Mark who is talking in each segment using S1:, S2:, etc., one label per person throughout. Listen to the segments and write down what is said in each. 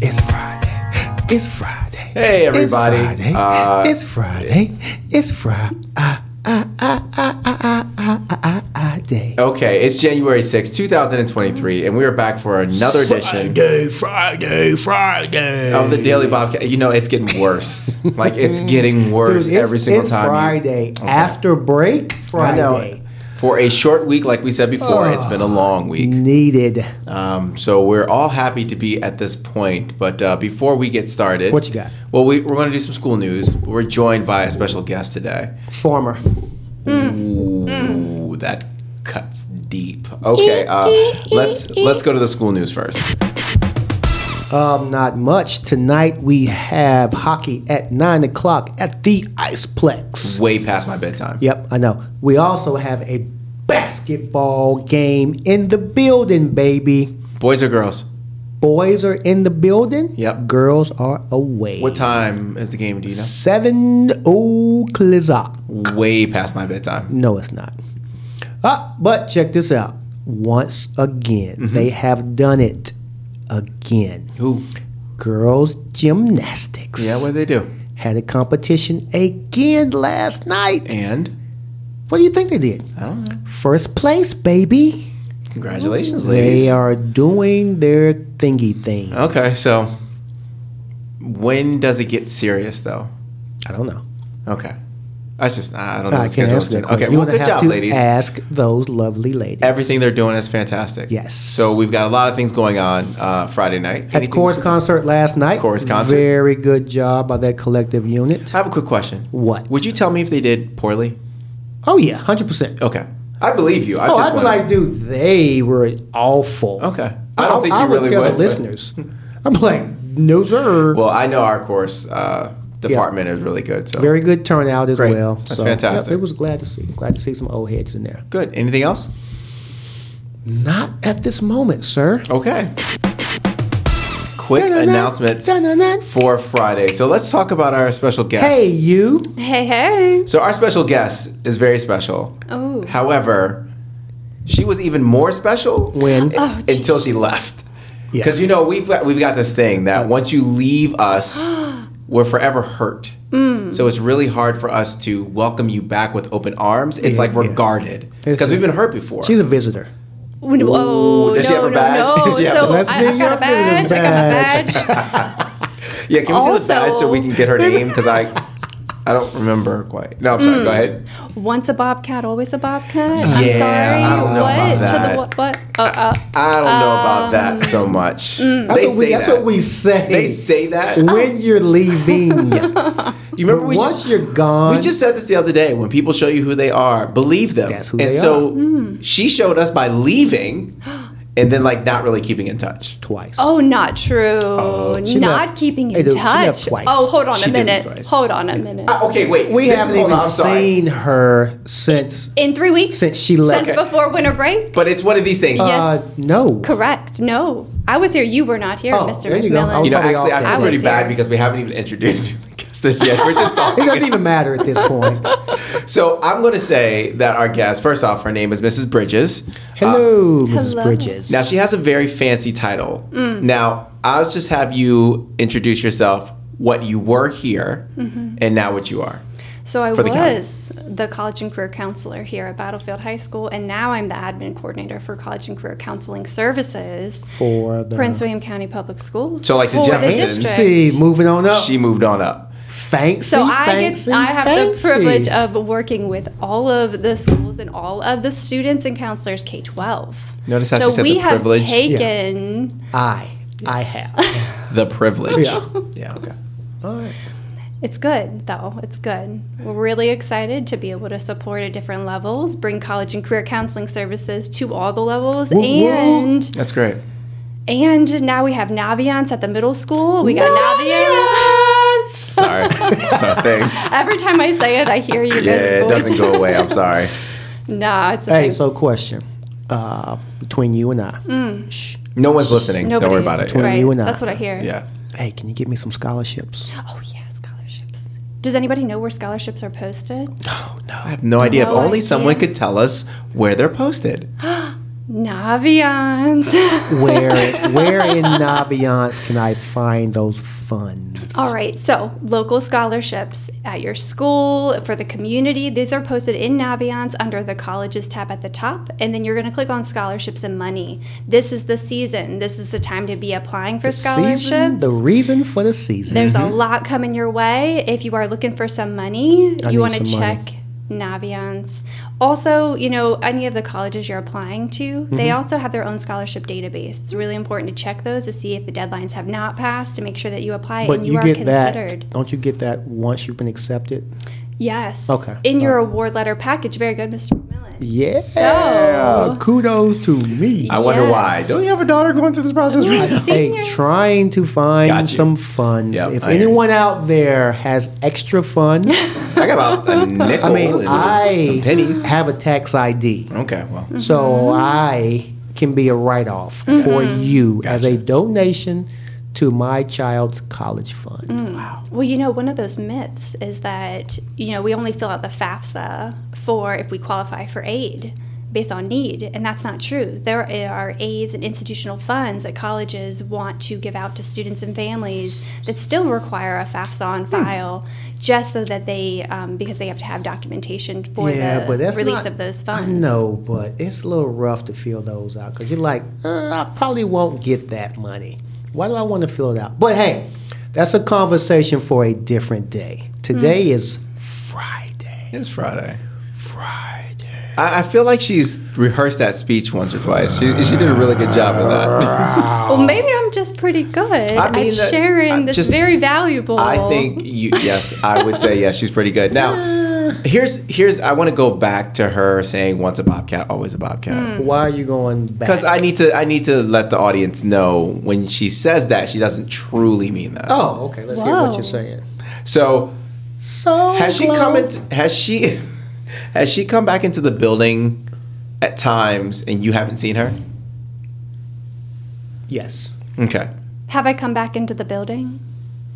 S1: It's Friday. It's Friday.
S2: Hey, everybody.
S1: It's Friday.
S2: Uh,
S1: it's Friday. It's Friday.
S2: Okay, it's January sixth, two 2023, and we are back for another edition
S1: Friday, Friday.
S2: of the Daily Bobcat. You know, it's getting worse. like, it's getting worse
S1: Dude, it's,
S2: every single
S1: it's
S2: time. you-
S1: Friday. After break,
S2: I know.
S1: Friday.
S2: For a short week, like we said before, it's been a long week.
S1: Needed.
S2: Um, so we're all happy to be at this point. But uh, before we get started,
S1: What you got?
S2: Well, we, we're going to do some school news. We're joined by a special guest today.
S1: Former.
S2: Ooh, that cuts deep. Okay, uh, let's let's go to the school news first.
S1: Um, not much. Tonight we have hockey at 9 o'clock at the Iceplex.
S2: Way past my bedtime.
S1: Yep, I know. We also have a basketball game in the building, baby.
S2: Boys or girls?
S1: Boys are in the building.
S2: Yep.
S1: Girls are away.
S2: What time is the game? Do you know?
S1: Seven o'clock.
S2: Way past my bedtime.
S1: No, it's not. Ah, but check this out. Once again,
S2: Mm-hmm.
S1: they have done it again.
S2: Who?
S1: Girls gymnastics
S2: Yeah, what do they do?
S1: had a competition again last night.
S2: And
S1: What do you think they did?
S2: I don't know.
S1: First place, baby.
S2: Congratulations,
S1: They uh,
S2: ladies.
S1: are doing their thingy thing.
S2: Okay, so when does it get serious though?
S1: I don't know.
S2: Okay, that's just I don't know.
S1: I can't
S2: the schedule.
S1: answer that question.
S2: Okay,
S1: You're
S2: well,
S1: gonna
S2: good
S1: have
S2: job,
S1: to
S2: ladies.
S1: Ask those lovely ladies.
S2: Everything they're doing is fantastic.
S1: Yes.
S2: So we've got a lot of things going on uh, Friday night.
S1: Had the
S2: Anything
S1: chorus
S2: spe-
S1: concert last night.
S2: Chorus concert.
S1: Very good job by that collective unit.
S2: I have a quick question.
S1: What?
S2: Would you tell me if they did poorly?
S1: Oh yeah, hundred percent.
S2: Okay. I believe you. I
S1: Oh,
S2: just
S1: I'd be
S2: wanted-
S1: like, dude, they were awful.
S2: Okay. I don't think you really
S1: tell
S2: would,
S1: the
S2: but-
S1: listeners. I'm like, no sir.
S2: Well, I know our course uh, department is really good. So
S1: Very good turnout as
S2: Great.
S1: well.
S2: That's fantastic.
S1: Yep, it was glad to see. Glad to see some old heads in there.
S2: good. Anything else?
S1: Not at this moment, sir.
S2: Okay. Quick
S1: Dun-dun-dun,
S2: announcements
S1: dun-dun-dun.
S2: for Friday. So let's talk about our special guest.
S1: Hey, you.
S3: Hey, hey.
S2: So our special guest is very special.
S3: Oh.
S2: However, she was even more special
S1: When?
S3: Oh, geez.
S2: until she left.
S1: Yeah.
S2: Because you know we've got, we've got this thing that once you leave us, we're forever hurt.
S3: Mm.
S2: So it's really hard for us to welcome you back with open arms. It's
S1: Yeah,
S2: like we're
S1: yeah.
S2: guarded
S1: It's
S2: because we've
S1: just-
S2: been hurt before.
S1: She's a visitor.
S3: Oh,
S2: does she
S3: no,
S2: have her
S3: no,
S2: badge?
S3: no.
S2: Does she have
S3: so
S2: her-
S1: Let's
S3: I,
S1: see
S3: I
S1: your
S3: got a badge. I got my badge.
S2: yeah, can we see
S3: Also-
S2: the badge so we can get her name? Because I I don't remember quite. No, I'm sorry. Go ahead.
S3: Once a bobcat, always a bobcat. I'm
S2: Yeah,
S3: sorry.
S2: I don't know
S3: what?
S2: about
S3: To
S2: that.
S3: the what? what? Uh, uh,
S2: I don't know about that so much.
S1: That's,
S2: they
S1: what,
S2: say
S1: we, that's
S2: that.
S1: what we say.
S2: They say that.
S1: when you're leaving.
S2: You remember we
S1: Once
S2: just,
S1: you're gone.
S2: we just said this the other day. When people show you who they are, believe them.
S1: That's who
S2: and
S1: they
S2: so she showed us by leaving, and then like not really keeping in touch.
S1: twice.
S3: oh, not true.
S2: Oh,
S1: she
S3: not
S1: left-
S3: keeping in
S1: Hey, dude, she left
S3: touch.
S1: twice.
S3: Oh, hold on
S2: She
S3: a
S2: did it
S3: minute.
S2: twice.
S3: Hold on a minute.
S2: Ah, okay, wait.
S1: we
S2: this
S1: haven't
S2: is- hold
S1: even
S2: on, I'm sorry.
S1: seen her since.
S3: In three weeks
S1: Since she left.
S3: since before winter break.
S2: But it's one of these things.
S1: Uh, no.
S3: Correct. No, I was here. You were not here,
S1: Oh,
S3: Mr.
S1: there you go.
S3: McMillan.
S1: I
S2: you know,
S1: probably
S2: actually,
S1: off that
S2: I feel
S3: day.
S2: pretty
S3: I was
S2: bad
S3: here.
S2: because we haven't even introduced you guest this yet. We're just
S1: It doesn't
S2: talking.
S1: even matter at this point.
S2: so I'm going to say that our guest, first off, her name is Mrs. Bridges.
S1: Hello, Mrs.
S3: Hello.
S1: Bridges.
S2: Uh, Now she has a very fancy title.
S3: Mm.
S2: Now I'll just have you introduce yourself, what you were here,
S3: Mm-hmm.
S2: and now what you are.
S3: So I
S2: for the county.
S3: was the college and career counselor here at Battlefield High School, and now I'm the admin coordinator for college and career counseling services,
S1: for the
S3: Prince William County Public Schools.
S2: So like the
S3: for
S2: Jeffersons.
S3: district.
S1: fancy, moving on
S3: Oh.
S1: up.
S2: She moved on up.
S1: fancy,
S3: So I
S1: fancy,
S3: get I have
S1: fancy.
S3: the privilege of working with all of the schools and all of the students and counselors K twelve.
S2: Notice how
S3: so
S2: she said
S3: we
S2: the
S3: have
S2: privilege.
S3: taken
S1: I, I have.
S2: The privilege.
S1: Yeah.
S2: Yeah. Okay.
S1: All right.
S3: It's good, though. It's good. We're really excited to be able to support at different levels, bring college and career counseling services to all the levels,
S1: Woo, woo.
S3: and
S2: That's great.
S3: And now we have Naviance at the middle school. We got Naviance.
S2: Sorry, it's our thing.
S3: Every time I say it, I hear you
S2: Yeah,
S3: guys.
S2: it
S3: boys.
S2: doesn't go away. I'm sorry.
S3: Nah, it's okay.
S1: Hey, so question uh, between you and I.
S3: Mm.
S1: Shh.
S2: No one's listening.
S3: Nobody.
S2: Don't worry about it.
S1: Between
S3: Right.
S1: you and I.
S3: That's what I hear.
S2: Yeah.
S1: Hey, can you get me some scholarships?
S3: Oh yeah, scholarships. Does anybody know where scholarships are posted?
S2: I have no idea.
S3: Oh, No
S2: if only
S3: idea.
S2: someone could tell us where they're posted.
S3: Naviance.
S1: Where where in Naviance can I find those funds?
S3: All right, so local scholarships at your school, for the community, these are posted in Naviance under the colleges tab at the top. And then you're going to click on scholarships and money. This is the season. This is the time to be applying for scholarships.
S1: Season, the reason for the season.
S3: There's a lot coming your way. If you are looking for some money,
S1: I need
S3: you want to
S1: some money.
S3: check Naviance. Also, you know, any of the colleges you're applying to,
S1: Mm-hmm.
S3: they also have their own scholarship database. It's really important to check those to see if the deadlines have not passed to make sure that you apply
S1: but
S3: and you,
S1: you,
S3: are
S1: get
S3: considered.
S1: that. Don't you get that once you've been accepted?
S3: Yes.
S1: Okay.
S3: In your award letter package. Very good, Mr. McMillan.
S1: Yeah.
S3: So-
S1: kudos to me.
S2: I wonder
S3: Yes.
S2: why. Don't you have a daughter going through this process
S1: I-
S2: right now?
S1: Hey,
S3: senior.
S1: trying to find
S2: Got you.
S1: some funds.
S2: Yep,
S1: if
S2: I hear you.
S1: anyone out there has extra funds,
S2: I got about a nickel
S1: I mean,
S2: and some
S1: I
S2: pennies. Hmm.
S1: have a tax ID,
S3: Mm-hmm.
S2: Okay, well,
S1: so I can be a write-off for
S3: Mm-hmm.
S1: you as a donation to my child's college fund.
S3: Mm.
S1: Wow.
S3: Well, you know, one of those myths is that, you know, we only fill out the FAFSA for if we qualify for aid based on need, and that's not true. There are aids and institutional funds that colleges want to give out to students and families that still require a FAFSA on
S2: Hmm.
S3: file. Just so that they, um, because they have to have documentation for the release
S1: not-
S3: of those funds.
S1: I know, but it's a little rough to fill those out because you're like, uh, I probably won't get that money. Why do I want to fill it out? But hey, that's a conversation for a different day. Today
S3: Mm.
S1: is Friday.
S2: it's Friday.
S1: Friday.
S2: I, I feel like she's rehearsed that speech once or twice. She, she did a really good job of that.
S3: Well, maybe I'm just pretty good
S2: I mean,
S3: at
S2: that-
S3: sharing
S2: I'm
S3: this
S2: just-
S3: very valuable.
S2: I think you. Yes, I would say yes. She's pretty good. Now, here's here's. I want to go back to her saying once a bobcat, always a bobcat.
S1: Why are you going back?
S2: Because I need to I need to let the audience know when she says that she doesn't truly mean that.
S1: oh, okay. Let's hear what
S3: Whoa.
S1: you're saying.
S2: So
S1: So
S2: has she
S1: Oh, glow.
S2: come into, has she has she come back into the building at times and you haven't seen her?
S1: Yes.
S2: Okay.
S3: Have I come back into the building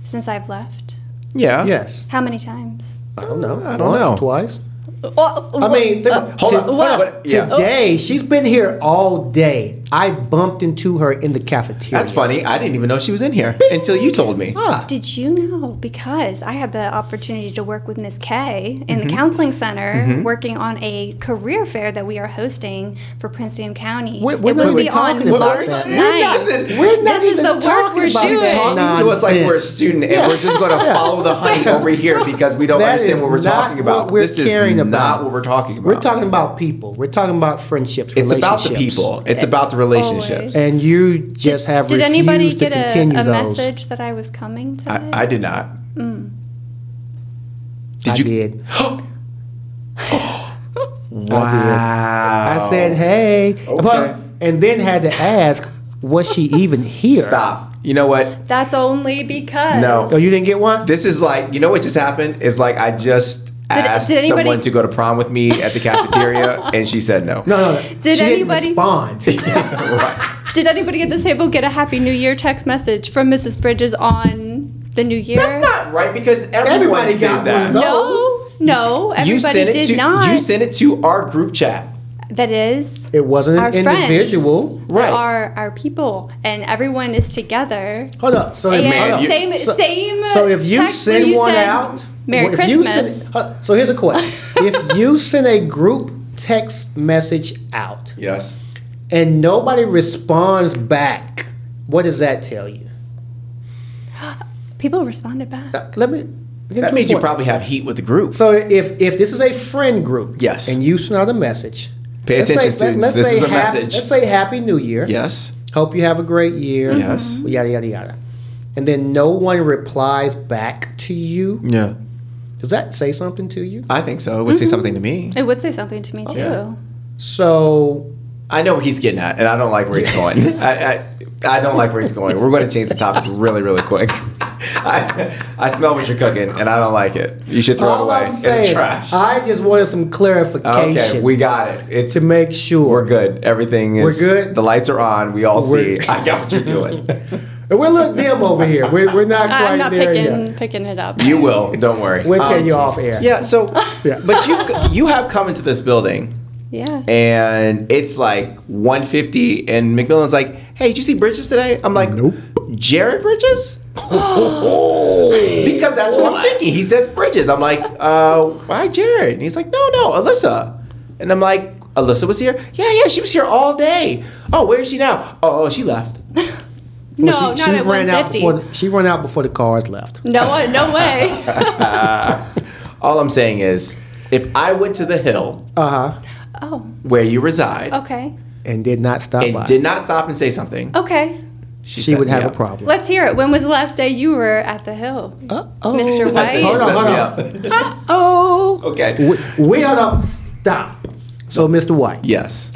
S3: since I've left?
S2: Yeah.
S1: Yes.
S3: How many times?
S1: I don't know.
S2: I don't
S1: Once,
S2: know.
S1: twice.
S3: Oh,
S1: I mean, think-
S2: uh, hold
S1: to-
S2: on, hold on, but- yeah.
S1: today she's been here all day. I bumped into her in the cafeteria.
S2: That's funny. I didn't even know she was in here until you told me.
S1: Ah,
S3: did you know? Because I had the opportunity to work with Miss Kay in
S1: Mm-hmm.
S3: the counseling center, working on a career fair that we are hosting for Prince William County.
S1: We're- we're
S3: it
S1: not
S3: will
S1: even
S3: be
S1: talking
S3: on
S1: about
S3: March
S1: that.
S2: We're not-
S3: 9th.
S1: we're not
S3: This is
S1: even
S3: the work
S1: talking
S3: we're
S1: about
S3: doing.
S2: She's
S1: that
S2: talking to us like we're a student, and we're just going to follow the honey over here because we don't
S1: That
S2: understand
S1: is
S2: what we're
S1: not
S2: talking about.
S1: what we're
S2: this
S1: caring
S2: is
S1: about.
S2: not what we're talking about.
S1: We're talking about people. We're talking about friendships.
S2: It's about the
S1: relationships.
S2: people. It's about the relationships.
S3: Always.
S1: And you just have
S3: Did
S1: refused
S3: anybody
S1: to
S3: get a,
S1: continue
S3: a
S1: those.
S3: message that I was coming today?
S2: I, I did not. Did
S1: I
S2: you?
S1: did.
S2: Wow.
S1: I
S2: Oh.
S1: said, "Hey," but, and then had to ask, "Was she even here?"
S2: Stop. You know what?
S3: That's only because.
S2: No.
S1: Oh, you didn't get one.
S2: This is like, you know what just happened? Is like I just asked
S3: did anybody-
S2: someone to go to prom with me at the cafeteria, and she said no.
S1: No, no, no.
S3: Did
S1: she
S3: anybody-
S1: didn't respond?
S3: Did anybody at this table get a Happy New Year text message from Mrs. Bridges on the New Year?
S2: That's not right because everyone
S1: Everybody
S2: did
S1: got
S2: that.
S1: one.
S3: No, no, everybody
S2: you sent it
S3: did
S2: to
S3: not.
S2: you sent it to our group chat.
S3: that is
S1: it wasn't
S3: our
S1: an individual.
S3: friends,
S2: Right.
S3: Are our people, and everyone is together.
S1: Hold up. So if,
S3: and
S1: hold up.
S2: you-
S3: same, same.
S1: So if you
S3: text where
S1: send
S3: you
S1: one
S3: said,
S1: out,
S3: Merry
S1: well, if you send-
S3: Christmas.
S1: uh, so here's a question: If you send a group text message out
S2: Yes.
S1: and nobody responds back, what does that tell you?
S3: people responded back.
S1: Uh, let me. get to
S2: That
S1: the
S2: means you
S1: point.
S2: probably have heat with the group.
S1: So if if this is a friend group,
S2: Yes.
S1: and you send out a message.
S2: Pay
S1: let's
S2: attention,
S1: say- let- let's
S2: students. This
S1: say
S2: is a
S1: hap-
S2: message.
S1: Let's say Happy New Year.
S2: yes.
S1: Hope you have a great year. Mm-hmm.
S2: Yes.
S1: Yada yada yada. And then no one replies back to you.
S2: Yeah.
S1: Does that say something to you?
S2: I think so. It would say
S3: Mm-hmm.
S2: something to me.
S3: It would say something to me
S1: Oh,
S3: too.
S2: yeah.
S1: So
S2: I know where he's getting at, and I don't like where he's going. I, I, I don't like where he's going. We're going to change the topic really, really quick. I, I smell what you're cooking, and I don't like it. You should throw
S1: All
S2: it away
S1: I'm
S2: in the
S1: saying,
S2: trash.
S1: I just wanted some clarification
S2: okay, we got it. It's
S1: to make sure.
S2: we're good. Everything is
S1: We're good?
S2: The lights are on. We all
S1: We're-
S2: see. I got what you're doing.
S1: And we're a little dim over here. We're, we're not quite
S3: I'm not
S1: there
S3: picking
S1: yet.
S3: picking it up.
S2: you will. Don't worry.
S1: We'll tell
S2: Um,
S1: you off air.
S2: Yeah. So,
S1: Yeah.
S2: but you you have come into this building
S3: yeah.
S2: and it's like 150 and mcmillan's like hey did you see bridges today i'm like
S1: Nope.
S2: jared bridges because that's what i'm thinking he says bridges i'm like uh why jared and he's like no no alyssa and i'm like alyssa was here yeah yeah she was here all day oh where is she now oh, oh she left
S3: no,
S1: Well,
S3: not at
S1: ran out
S3: 150.
S1: before the, she ran out before the cars left.
S3: no, uh, no way.
S2: all i'm saying is if i went to the hill
S1: Uh huh.
S3: oh,
S2: where you
S1: Oh.
S2: reside
S3: okay,
S1: And did not stop by.
S2: and did not stop and say something
S3: okay.
S1: she
S2: set
S1: would
S2: me
S1: have a
S2: up.
S1: problem.
S3: Let's hear it. When was the last day you were at the hill?
S1: Uh-oh.
S3: Mr.
S2: I said,
S3: White.
S2: "You
S1: Hold on,
S2: set
S1: hold
S2: me
S1: on.
S2: up."
S1: Oh.
S2: okay
S1: We, we don't stop. So, Mr. White,
S2: yes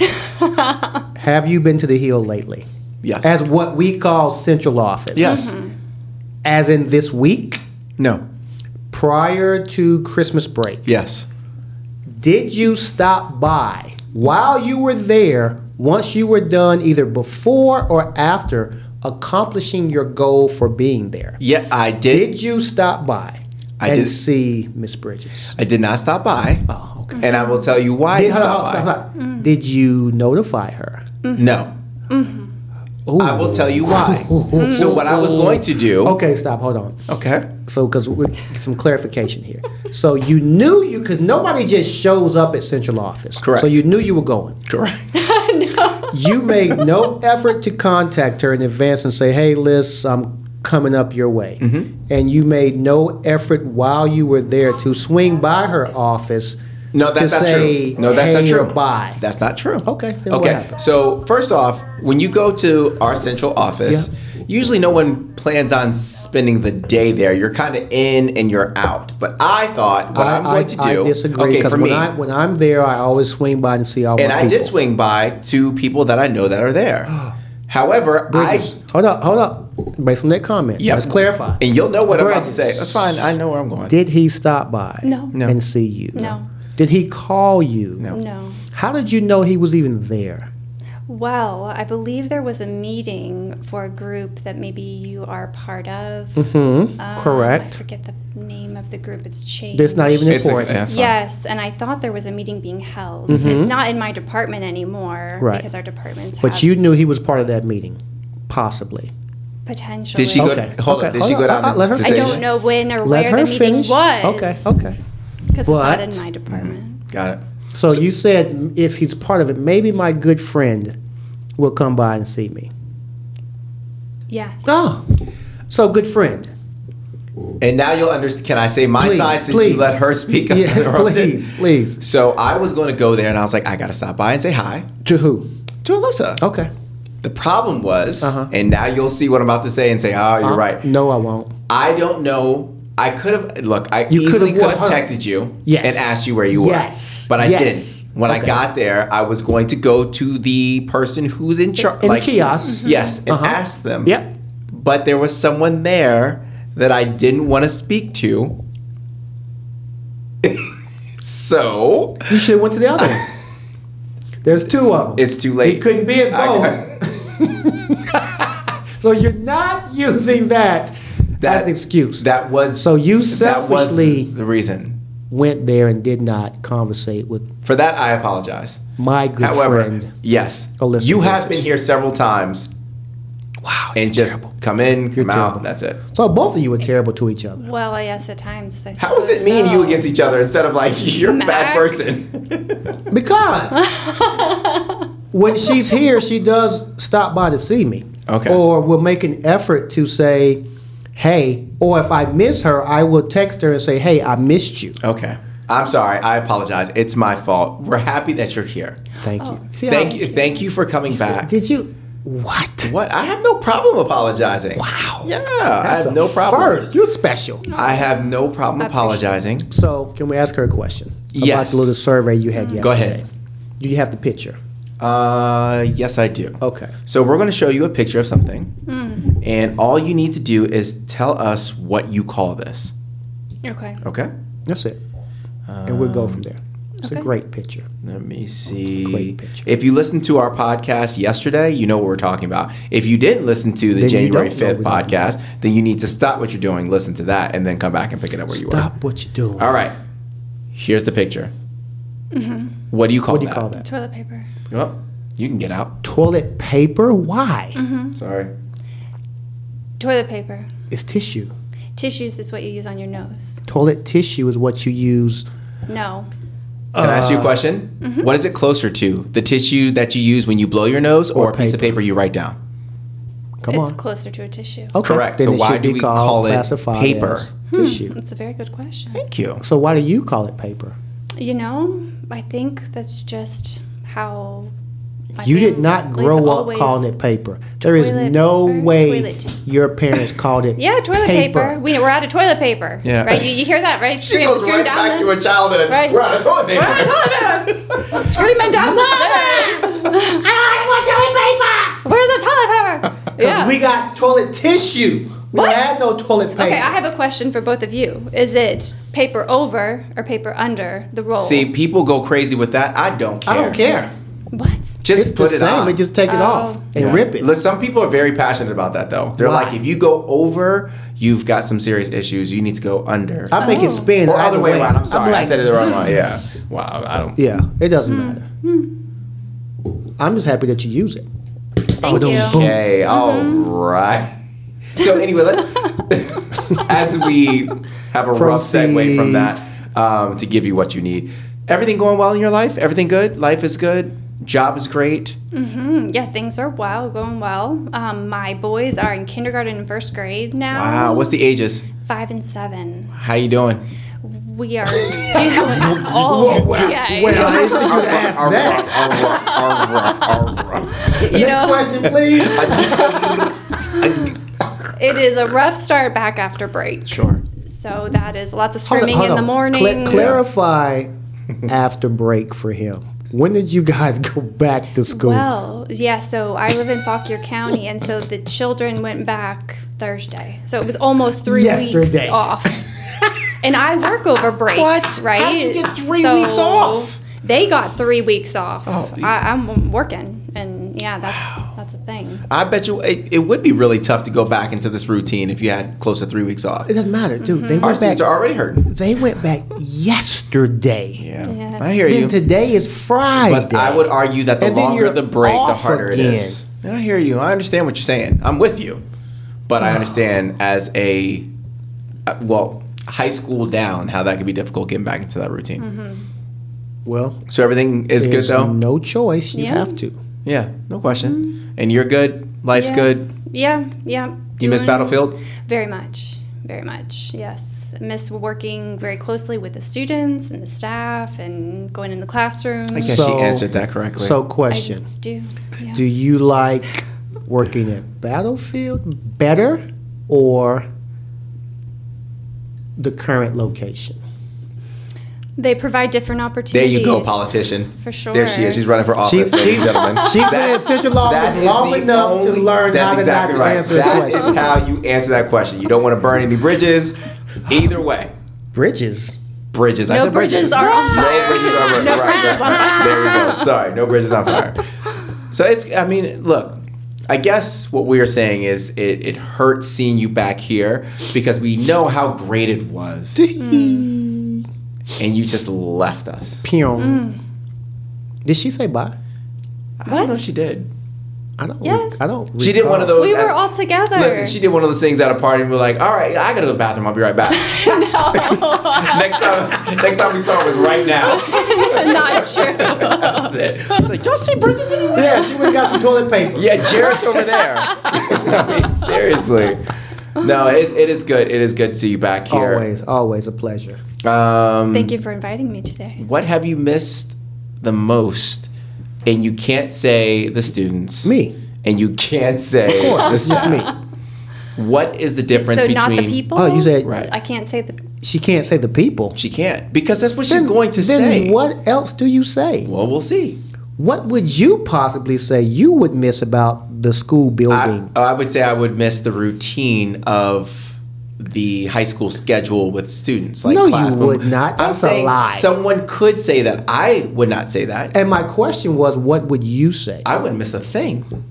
S1: have you been to the Hill lately?
S2: Yeah.
S1: As what we call central office. Mm-hmm.
S2: Yes.
S1: As in this week,
S2: No.
S1: prior to Christmas break.
S2: Yes.
S1: Did you stop by while you were there, once you were done, either before or after accomplishing your goal for being there?
S2: Yeah, I did.
S1: Did you stop by
S2: I
S1: and
S2: did.
S1: see Miss Bridges?
S2: I did not stop by.
S1: Oh, okay.
S2: And I will tell you why I
S1: Did,
S2: didn't
S1: hold on,
S2: stop
S1: hold on,
S2: by.
S1: hold on. Did you notify her?
S2: No.
S1: Ooh.
S2: I will tell you why. so what I was going to do.
S1: Okay, stop. Hold on.
S2: Okay.
S1: So, because some clarification here. So you knew you because nobody just shows up at central office.
S2: Correct.
S1: So you knew you were going.
S2: Correct.
S1: You made no effort to contact her in advance and say, "Hey, Liz, I'm coming up your way,"
S2: Mm-hmm.
S1: and you made no effort while you were there to swing by her office.
S2: No, that's
S1: to
S2: not
S1: say,
S2: true. No, that's not
S1: "Hey," or
S2: true.
S1: Bye.
S2: That's not true.
S1: Okay, then what
S2: okay.
S1: happened?
S2: so first off, when you go to our central office, usually no one plans on spending the day there. You're kind of in and you're out. But I thought what I, am going to
S1: I
S2: do.
S1: disagree
S2: Okay,
S1: because
S2: for
S1: when
S2: me.
S1: I when I'm there, I always swing by and see all.
S2: and
S1: my
S2: I
S1: people.
S2: did swing by to people that I know that are there. However, I
S1: Bridges, hold up, hold up. Based on that comment,
S2: Yeah.
S1: let's clarify.
S2: And you'll know what I'm about to say.
S1: Bridges.
S2: That's fine. I know where I'm going.
S1: Did he stop by?
S3: No. No.
S1: And see you?
S3: No.
S1: Did he call you?
S2: No.
S3: No.
S1: How did you know he was even there?
S3: Well, I believe there was a meeting for a group that maybe you are part of. Um, I
S1: Mm-hmm. correct.
S3: forget the name of the group. It's changed.
S1: Hmm? That's not even
S2: It's a-
S1: important.
S2: that's fine.
S3: Yes, and I thought there was a meeting being held. It's not in my department anymore
S1: Right.
S3: because our departments
S1: But
S3: have
S1: you knew he was part of that meeting, possibly.
S3: potentially.
S2: Did she go?
S1: Okay.
S2: Hold
S1: Okay.
S2: on. Did
S1: Hold
S2: she go
S1: on.
S2: down?
S1: I- I- let her
S2: to
S3: I
S1: finish.
S2: say-
S3: don't know when or
S1: Let
S3: where
S1: her
S3: the meeting
S1: finish.
S3: was.
S1: Okay, okay.
S3: Because it's not in
S1: But-
S3: my department.
S2: Got it.
S1: So, you said "M- if he's part of it, maybe my good friend will come by and see me.
S3: Yes.
S1: Oh, so good friend.
S2: And now you'll understand. Can I say my
S1: Please,
S2: side since
S1: please.
S2: you let her speak?
S1: Yeah, please, please.
S2: So I was going to go there, and I was like, I got to stop by and say hi
S1: To who?
S2: to Alyssa.
S1: Okay.
S2: The problem was,
S1: Oh. Uh-huh.
S2: and now you'll see what I'm about to say and say, oh, you're
S1: Uh,
S2: right.
S1: No, I won't.
S2: I don't know. I could have look. I
S1: You
S2: easily
S1: could
S2: could
S1: have
S2: have
S1: what?
S2: texted you
S1: Yes.
S2: and asked you where you were.
S1: Yes.
S2: but I
S1: Yes.
S2: didn't. When I
S1: Okay.
S2: got there, I was going to go to the person who's in charge,
S1: In the kiosk.
S2: Yes, and
S1: Uh-huh.
S2: ask them.
S1: Yep.
S2: But there was someone there that I didn't want to speak to. so
S1: You should have went to the other one. There's two of them.
S2: it's too late.
S1: He couldn't be at
S2: I-
S1: both. so you're not using that, as an excuse.
S2: That was
S1: so you
S2: that was
S1: selfishly
S2: the reason.
S1: went there and did not conversate with
S2: For that, I apologize.
S1: my good
S2: However,
S1: friend.
S2: yes,
S1: Alyssa
S2: you have
S1: Bridges.
S2: been here several times.
S1: Wow.
S2: and just come in, come
S1: terrible.
S2: out. That's it.
S1: so both of you were terrible to each other.
S3: Well, yes, at times. I "Oh,
S2: How is it
S3: suppose
S2: me and you
S3: so.
S2: against each other instead of like you're a bad
S3: Mac.
S2: person?
S1: Because when she's here, she does stop by to see me.
S2: Okay.
S1: Or will make an effort to say, hey, or if I miss her, I will text her and say, hey, I missed you.
S2: Okay, I'm sorry. I apologize. It's my fault. We're happy that you're here.
S1: Thank you. See,
S2: Thank
S1: I-
S2: you. Thank you for coming back.
S1: Did you? What?
S2: What? I have no problem apologizing. Wow. Yeah, I
S1: That's a
S2: have no problem.
S1: First, you're special.
S2: I have no problem
S3: I appreciate
S2: apologizing.
S1: So, can we ask her a question
S2: Yes.
S3: Mm.
S1: about the little survey you had yesterday?
S2: Go ahead.
S1: Do you have the picture?
S2: Uh, yes, I do.
S1: Okay.
S2: So we're going to show you a picture of something, and all you need to do is tell us what you call this.
S3: Okay.
S2: Okay.
S1: That's it. and we'll go from there. It's a
S3: okay.
S1: great picture.
S2: Let me see.
S1: Quick picture.
S2: If you listened to our podcast yesterday, you know what we're talking about. If you didn't listen to the
S1: Then you
S2: January
S1: don't know
S2: 5th
S1: what we're talking
S2: podcast, then you need to stop what you're doing, listen to that, and then come back and pick it up where you
S1: Stop what you're doing.
S2: are. All right. Here's the picture. What do you call
S1: What do you
S2: that?
S1: call that?
S3: Toilet paper.
S2: Well, you can get out.
S1: Toilet paper? Why?
S3: Mm-hmm.
S2: Sorry.
S3: Toilet paper.
S1: It's tissue.
S3: Tissues is what you use on your nose.
S1: Toilet tissue is what you use.
S3: No.
S2: Can I ask
S1: Uh,
S2: you a question?
S1: mm-hmm.
S2: What is it closer to? The tissue that you use when you blow your nose or,
S1: Or
S2: a piece of
S1: paper.
S2: paper you write down?
S1: Come
S3: it's
S1: on.
S3: closer to a tissue.
S1: Okay.
S2: Correct.
S1: Then
S2: So
S1: it
S2: why
S1: should
S2: do
S1: be
S2: we
S1: called-
S2: call it
S1: classified
S2: paper?
S1: as Oh, Tissue.
S3: That's a very good question.
S2: Thank you.
S1: So why do you call it paper?
S3: You know, I think that's just how. my
S1: you did not
S3: family's
S1: grow up
S3: always-
S1: calling it paper. There is
S3: Toilet
S1: no
S3: paper,
S1: way
S3: toilet tissue.
S1: your parents called it
S3: Yeah, toilet paper. We we're out of toilet paper.
S2: Yeah.
S3: Right. You, you hear that, right?
S2: She goes right back to her childhood.
S3: Right.
S2: We're out of toilet paper.
S3: We're out of toilet paper. Screaming down the stairs.
S1: I
S3: Where's the toilet
S1: don't
S3: paper?
S1: want toilet paper. We got toilet tissue. We
S3: What?
S1: had no toilet paper.
S3: Okay, I have a question for both of you. Is it paper over or paper under the roll?
S2: See, people go crazy with that. I don't care.
S1: I don't care.
S3: what?
S2: Just
S1: It's
S2: put
S1: the
S2: it
S1: same.
S2: on.
S1: We just take it off
S3: Oh.
S1: and
S2: Yeah.
S1: rip it.
S2: Look, some people are very passionate about that though. They're
S1: Why?
S2: like, if you go over, you've got some serious issues. You need to go under.
S1: I make
S3: Oh.
S1: it spin.
S2: or
S1: either
S2: other way around. I'm sorry, I
S1: like,
S2: said it the wrong way. Yeah. Wow. I don't.
S1: Yeah, it doesn't
S3: Hmm.
S1: matter. I'm just happy that you use it.
S3: Thank
S1: Ba-dum,
S3: you.
S1: boom.
S2: Okay. all
S1: Mm-hmm.
S2: right. So anyway, let's as we have a rough segue from
S1: Proceed.
S2: that um, to give you what you need. Everything going well in your life? Everything good? Life is good. Job is great.
S3: Yeah, things are well, going well. Um, my boys are in kindergarten and first grade now.
S2: Wow. What's the ages?
S3: Five and seven.
S2: How you doing?
S3: We are doing
S1: Oh,
S3: all okay.
S1: Next
S3: You know,
S1: question, please.
S3: it is a rough start back after break.
S2: Sure.
S3: So that is lots of
S1: Hold on,
S3: screaming
S1: hold
S3: in the
S1: on.
S3: morning.
S1: Cla- clarify after break for him. When did you guys go back to school?
S3: Well, yeah, so I live in Fauquier County, and so the children went back Thursday. So it was almost three
S1: Yesterday.
S3: weeks off. and I work over break.
S2: What?
S3: Right?
S2: How did you get three weeks off?
S3: They got three weeks off.
S2: Oh.
S3: I, I'm working, and yeah, that's that's a thing.
S2: I bet you it, it would be really tough to go back into this routine if you had close to three weeks off.
S1: it doesn't matter, dude. They
S2: Our
S1: went back.
S2: students are already hurting.
S1: They went back yesterday.
S2: Yeah,
S3: Yes.
S2: I hear you.
S1: Then today is Friday.
S2: But I would argue that the
S1: And then
S2: longer
S1: you're
S2: the break, the
S1: off
S2: harder it is. I hear you. I understand what you're saying. I'm with you, but
S1: Ah.
S2: I understand as a uh, well, high school down, how that could be difficult getting back into that routine.
S3: Mm-hmm.
S1: well,
S2: So everything is good
S1: there's
S2: though.
S1: no choice. You
S3: Yeah.
S1: have to.
S2: yeah, no question. And you're good. Life's
S3: Mm-hmm. Yes.
S2: good.
S3: Yeah, yeah.
S2: You miss
S3: Doing-
S2: Battlefield?
S3: Very much, very much. Yes, I miss working very closely with the students and the staff, and going in the classrooms.
S2: I guess
S1: So-
S2: she answered that correctly.
S1: So,
S3: I
S1: question.
S3: do. Yeah.
S1: Do you like working at Battlefield better or the current location?
S3: They provide different opportunities.
S2: There you go, politician.
S3: For
S2: There she
S3: sure.
S2: is. She's running for office,
S1: She's-
S2: ladies and gentlemen.
S1: She's been in central office long enough to learn how to not to answer a
S2: That is
S1: question.
S2: how you answer that question. You don't want to burn any bridges. Either way,
S1: Bridges.
S2: bridges. I
S3: No
S2: said
S3: bridges are on
S2: No
S3: fire.
S2: bridges are on fire.
S3: No
S2: Right,
S3: bridges
S2: right. There we go. Sorry, no bridges on fire. So it's. I mean, look. I guess what we are saying is it, it hurts seeing you back here because we know how great it was Mm. and you just left us.
S1: Pyong.
S2: Mm.
S1: Did she say bye?
S2: I don't know
S3: What?
S2: if she did.
S1: I don't.
S3: Yes.
S1: I don't.
S2: She did one of
S1: recall.
S2: those.
S3: We were
S2: at-
S3: all together.
S2: Listen, she did one of those things at a party, and we were like, "All right, I gotta go to the bathroom. I'll be right back." next time, next time we saw her was right now.
S3: Not true.
S2: That's it. It's like, y'all see Bridges anywhere?
S1: Yeah, she went and got some toilet paper.
S2: Yeah, Jared's over there. I mean, seriously. No, it, it is good. It is good to see you back here.
S1: Always, always a pleasure.
S2: Um,
S3: Thank you for inviting me today.
S2: what have you missed the most? And you can't say the students.
S1: Me.
S2: And you can't say
S1: Of course, it's
S2: just
S1: just me.
S2: What is the difference
S3: so
S2: between?
S3: not the people.
S1: Oh, you said
S2: Right.
S3: I can't say the.
S1: she can't say the people.
S2: She can't because that's what she's going to
S1: then
S2: say.
S1: what else do you say?
S2: Well, we'll see.
S1: What would you possibly say you would miss about the school
S2: I,
S1: building?
S2: I would say I would miss the routine of the high school schedule with students. Like
S1: No, you
S2: class mom-
S1: would not.
S2: I'm
S1: That's a
S2: saying
S1: lie.
S2: someone could say that. I would not say that.
S1: and my question was, what would you say?
S2: I wouldn't miss a thing.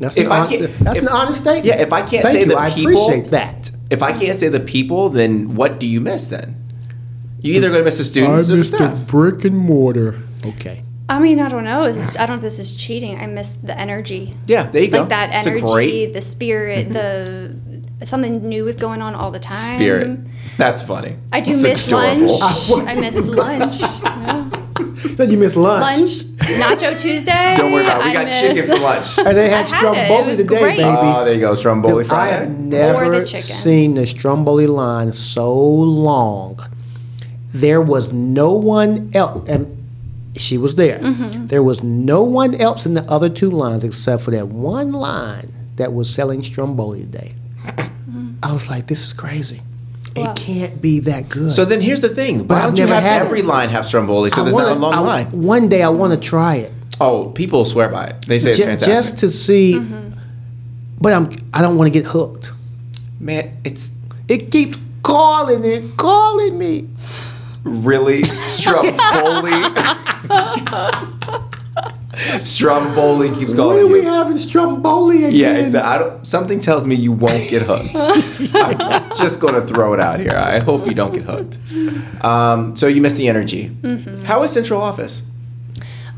S1: That's,
S2: If
S1: an,
S2: I
S1: hon-
S2: can't-
S1: that's
S2: if-
S1: an honest statement.
S2: Yeah, if I can't
S1: Thank
S2: say
S1: you.
S2: the
S1: I
S2: people-
S1: appreciate that.
S2: If I can't say the people, then what do you miss then? You either going to miss the students or the staff.
S1: brick and mortar. Okay.
S3: I mean, I don't know. Is this, I don't know if this is cheating. I miss the energy.
S2: Yeah, there you go.
S3: Like that
S2: It's a
S3: energy,
S2: great Mm-hmm.
S3: the spirit, the something new is going on all the time.
S2: spirit. That's funny.
S3: I do
S2: That's
S3: miss
S2: adorable.
S1: Oh,
S3: lunch. I miss lunch. Yeah.
S1: Then you missed lunch.
S3: Lunch, Nacho Tuesday.
S2: Don't worry about it. We
S3: I
S2: got
S3: miss-
S2: chicken for lunch.
S1: And they had
S3: I had it. It
S1: Stromboli
S3: was
S1: today,
S3: great.
S1: baby.
S2: Oh, there you go. Stromboli
S1: I
S2: Friday.
S1: have never
S3: the chicken.
S1: seen the Stromboli line so long. There was no one else, and she was there.
S3: Mm-hmm.
S1: There was no one else in the other two lines except for that one line that was selling Stromboli today.
S3: Mm-hmm.
S1: I was like, this is crazy.
S3: Wow.
S1: It can't be that good.
S2: So then here's the thing.
S1: But
S2: Why
S1: I've
S2: don't you
S1: never
S2: have
S1: had it.
S2: every line have Stromboli so
S1: I
S2: there's
S1: wanna-
S2: not a long
S1: I-
S2: line?
S1: One day I want to try it.
S2: Oh, people swear by it. They say it's
S1: Ju-
S2: fantastic.
S1: just to see,
S3: Mm-hmm.
S1: but I'm I don't want to get hooked.
S2: Man, it's
S1: It keeps calling it, calling me.
S2: really Stromboli. Stromboli keeps
S1: When
S2: calling
S1: are we
S2: you.
S1: having Stromboli again?
S2: Yeah, exactly. I don't, something tells me you won't get hooked. I'm just going to throw it out here. I hope you don't get hooked. Um, so you miss the energy.
S1: Mm-hmm.
S2: How is central office?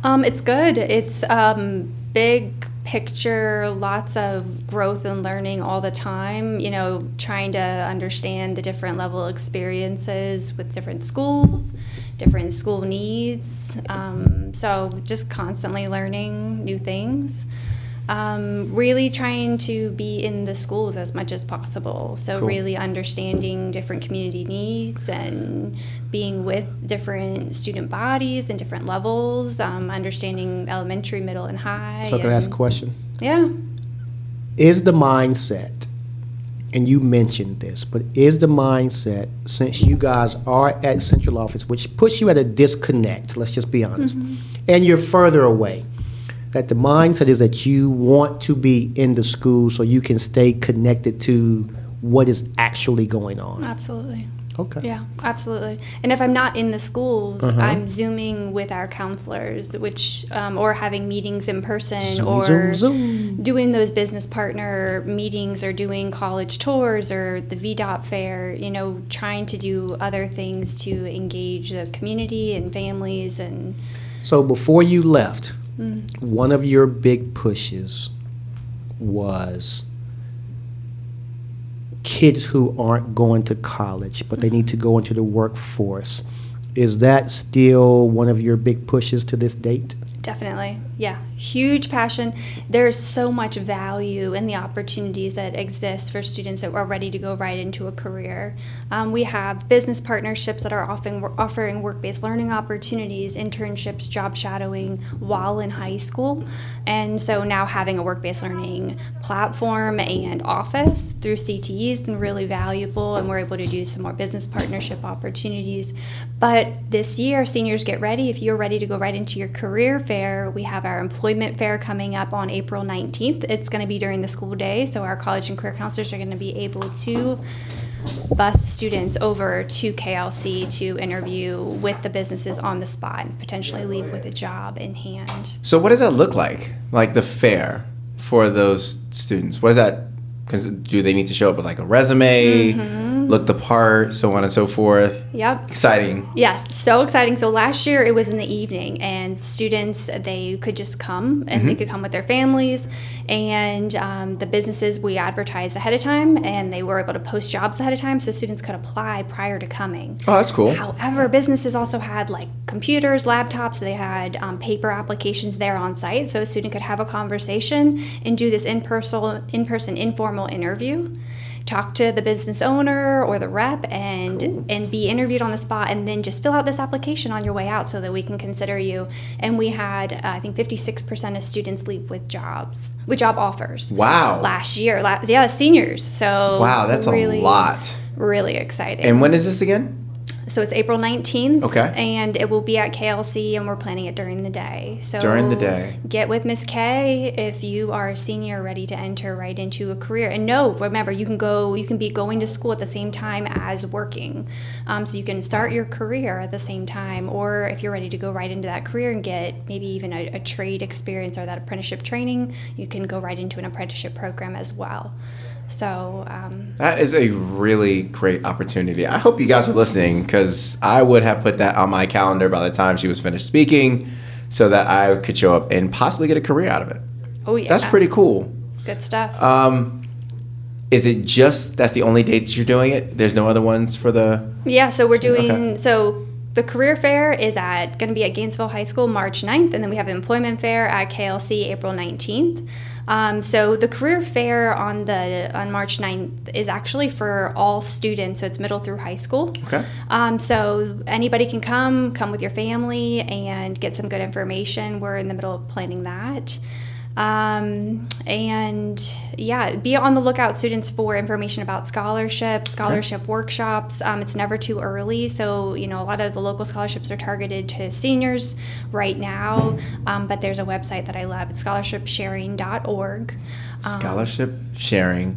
S3: Um, it's good. It's um, big picture, lots of growth and learning all the time. You know, trying to understand the different level experiences with different schools, different school needs. Um, so just constantly learning new things. Um, really trying to be in the schools as much as possible. So
S2: Cool.
S3: really understanding different community needs and being with different student bodies and different levels, um, understanding elementary, middle, and high.
S1: So can I ask a
S3: and-
S1: question?
S3: Yeah.
S1: Is the mindset, and you mentioned this, but is the mindset since you guys are at central office, which puts you at a disconnect? Let's just be honest, and you're further away. That the mindset is that you want to be in the school so you can stay connected to what is actually going on.
S3: Absolutely.
S1: Okay. Uh-huh.
S3: Yeah, absolutely. And if I'm not in the schools, I'm zooming with our counselors, which um, or having meetings in person
S1: Zoom,
S3: or
S1: zoom, zoom.
S3: doing those business partner meetings or doing college tours or the VDOT fair. You know, trying to do other things to engage the community and families and
S1: So before you left, one of your big pushes was kids who aren't going to college, but they need to go into the workforce. Is that still one of your big pushes to this date?
S3: Definitely. Yeah. Huge passion. There's so much value in the opportunities that exist for students that are ready to go right into a career. Um, we have business partnerships that are offering, offering work based learning opportunities, internships, job shadowing while in high school. And so now having a work based learning platform and office through CTE has been really valuable, and we're able to do some more business partnership opportunities. But this year, seniors get ready. If you're ready to go right into your career fair, we have our employment fair coming up on April 19th. It's going to be during the school day, so our college and career counselors are going to be able to bus students over to KLC to interview with the businesses on the spot and potentially leave with a job in hand.
S2: So what does that look like? Like the fair for those students. What is that? Because do they need to show up with like a resume,
S3: Mm-hmm.
S2: look the part, so on and so forth?
S3: Yep.
S2: Exciting.
S3: Yes, so exciting. So last year it was in the evening, and students they could just come and they could come with their families, and um, the businesses we advertised ahead of time, and they were able to post jobs ahead of time, so students could apply prior to coming.
S2: Oh, that's cool.
S3: However, businesses also had like computers, laptops, they had um, paper applications there on site. So a student could have a conversation and do this in person, in person informal interview. Talk to the business owner or the rep and and be interviewed on the spot, and then just fill out this application on your way out so that we can consider you. And we had, uh, I think, 56% of students leave with jobs, with job offers.
S2: Wow.
S3: Last year, last, yeah, seniors. So
S2: Wow, that's
S3: really,
S2: a lot.
S3: Really exciting.
S2: And when is this again?
S3: So it's April 19th.
S2: Okay.
S3: And it will be at KLC, and we're planning it during the day. So
S2: During the day.
S3: Get with Miss K if you are a senior ready to enter right into a career. And no, remember, you can go, you can be going to school at the same time as working. Um, so you can start your career at the same time, or if you're ready to go right into that career and get maybe even a, a trade experience or that apprenticeship training, you can go right into an apprenticeship program as well. So, um,
S2: That is a really great opportunity. I hope you guys are listening because I would have put that on my calendar by the time she was finished speaking so that I could show up and possibly get a career out of it.
S3: oh yeah,
S2: That's pretty cool.
S3: good stuff.
S2: Is it just that's the only date that you're doing it? There's no other ones for the.
S3: Yeah, so we're doing
S2: okay.
S3: so the career fair is at going to be at Gainesville High School March 9th, and then we have the employment fair at KLC April 19th. Um, so the career fair on the on March 9th is actually for all students, so it's middle through high school.
S2: Okay.
S3: Um, so anybody can come, come with your family, and get some good information. We're in the middle of planning that. Um, and yeah, be on the lookout, students, for information about scholarships, scholarship workshops. Um, it's never too early. So, you know, a lot of the local scholarships are targeted to seniors right now. Um, but there's a website that I love. It's scholarshipsharing.org.
S2: Scholarshipsharing.org.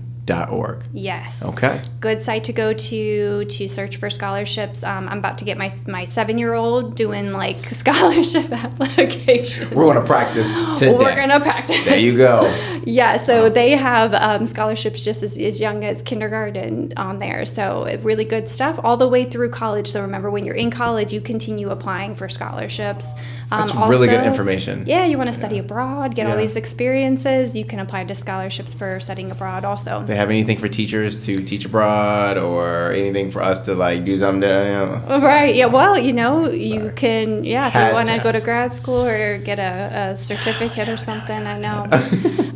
S3: Yes
S2: Okay.
S3: good site to go to to search for scholarships. Um, I'm about to get my my seven year old doing like scholarship applications.
S2: We're going to practice today.
S3: We're gonna practice.
S2: There you go.
S3: Yeah, so they have um, scholarships just as, as young as kindergarten on there. So it- really good stuff all the way through college. So remember, when you're in college, you continue applying for scholarships. Um,
S2: That's really good information.
S3: Yeah, you want to study abroad, get all
S2: Yeah.
S3: these experiences. You can apply to scholarships for studying abroad also.
S2: They have anything for teachers to teach abroad or anything for us to like do something? To, you know?
S3: Right. Yeah. Well, you know, you can. Yeah, if
S2: Had
S3: you want to
S2: tabs.
S3: go to grad school or get a, a certificate or something, I know.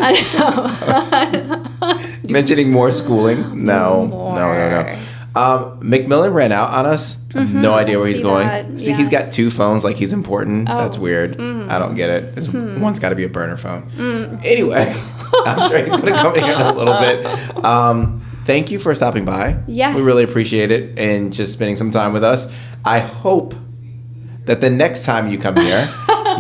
S3: I know.
S2: Mentioning more schooling? No, no, no,
S3: More. Mm-hmm.
S2: no. Um, McMillan ran out on us. No idea where
S3: I
S2: he's
S3: see
S2: going.
S3: that,
S2: See, he's
S3: yes.
S2: got two phones. Like he's important. That's
S3: Oh. Hmm.
S2: weird. I don't get it. It's, One's got to be a burner phone.
S3: Mm.
S2: Anyway, I'm sure he's gonna come in here in a little bit. Um, thank you for stopping by.
S3: Yes.
S2: we really appreciate it and just spending some time with us. I hope that the next time you come here,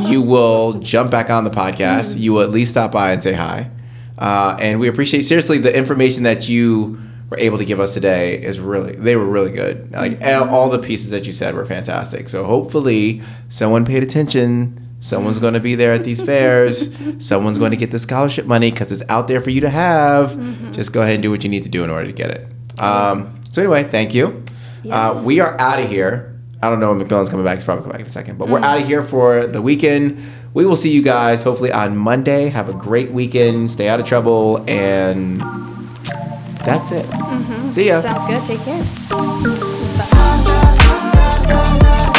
S2: you will jump back on the podcast. You will at least stop by and say hi. Uh, and we appreciate seriously the information that you were able to give us today is really they were really good. Like all- all the pieces that you said were fantastic. So hopefully someone paid attention. Someone's going to be there at these fairs. Someone's going to get the scholarship money because it's out there for you to have. Just go ahead and do what you need to do in order to get it. Um, so anyway, thank you. Uh,
S3: Yes.
S2: we are out of here. I don't know when McMillan's coming back. He's probably coming back in a second. But we're out of here for the weekend. We will see you guys hopefully on Monday. Have a great weekend. Stay out of trouble. And that's it. See ya.
S3: Sounds good. Take care. Bye.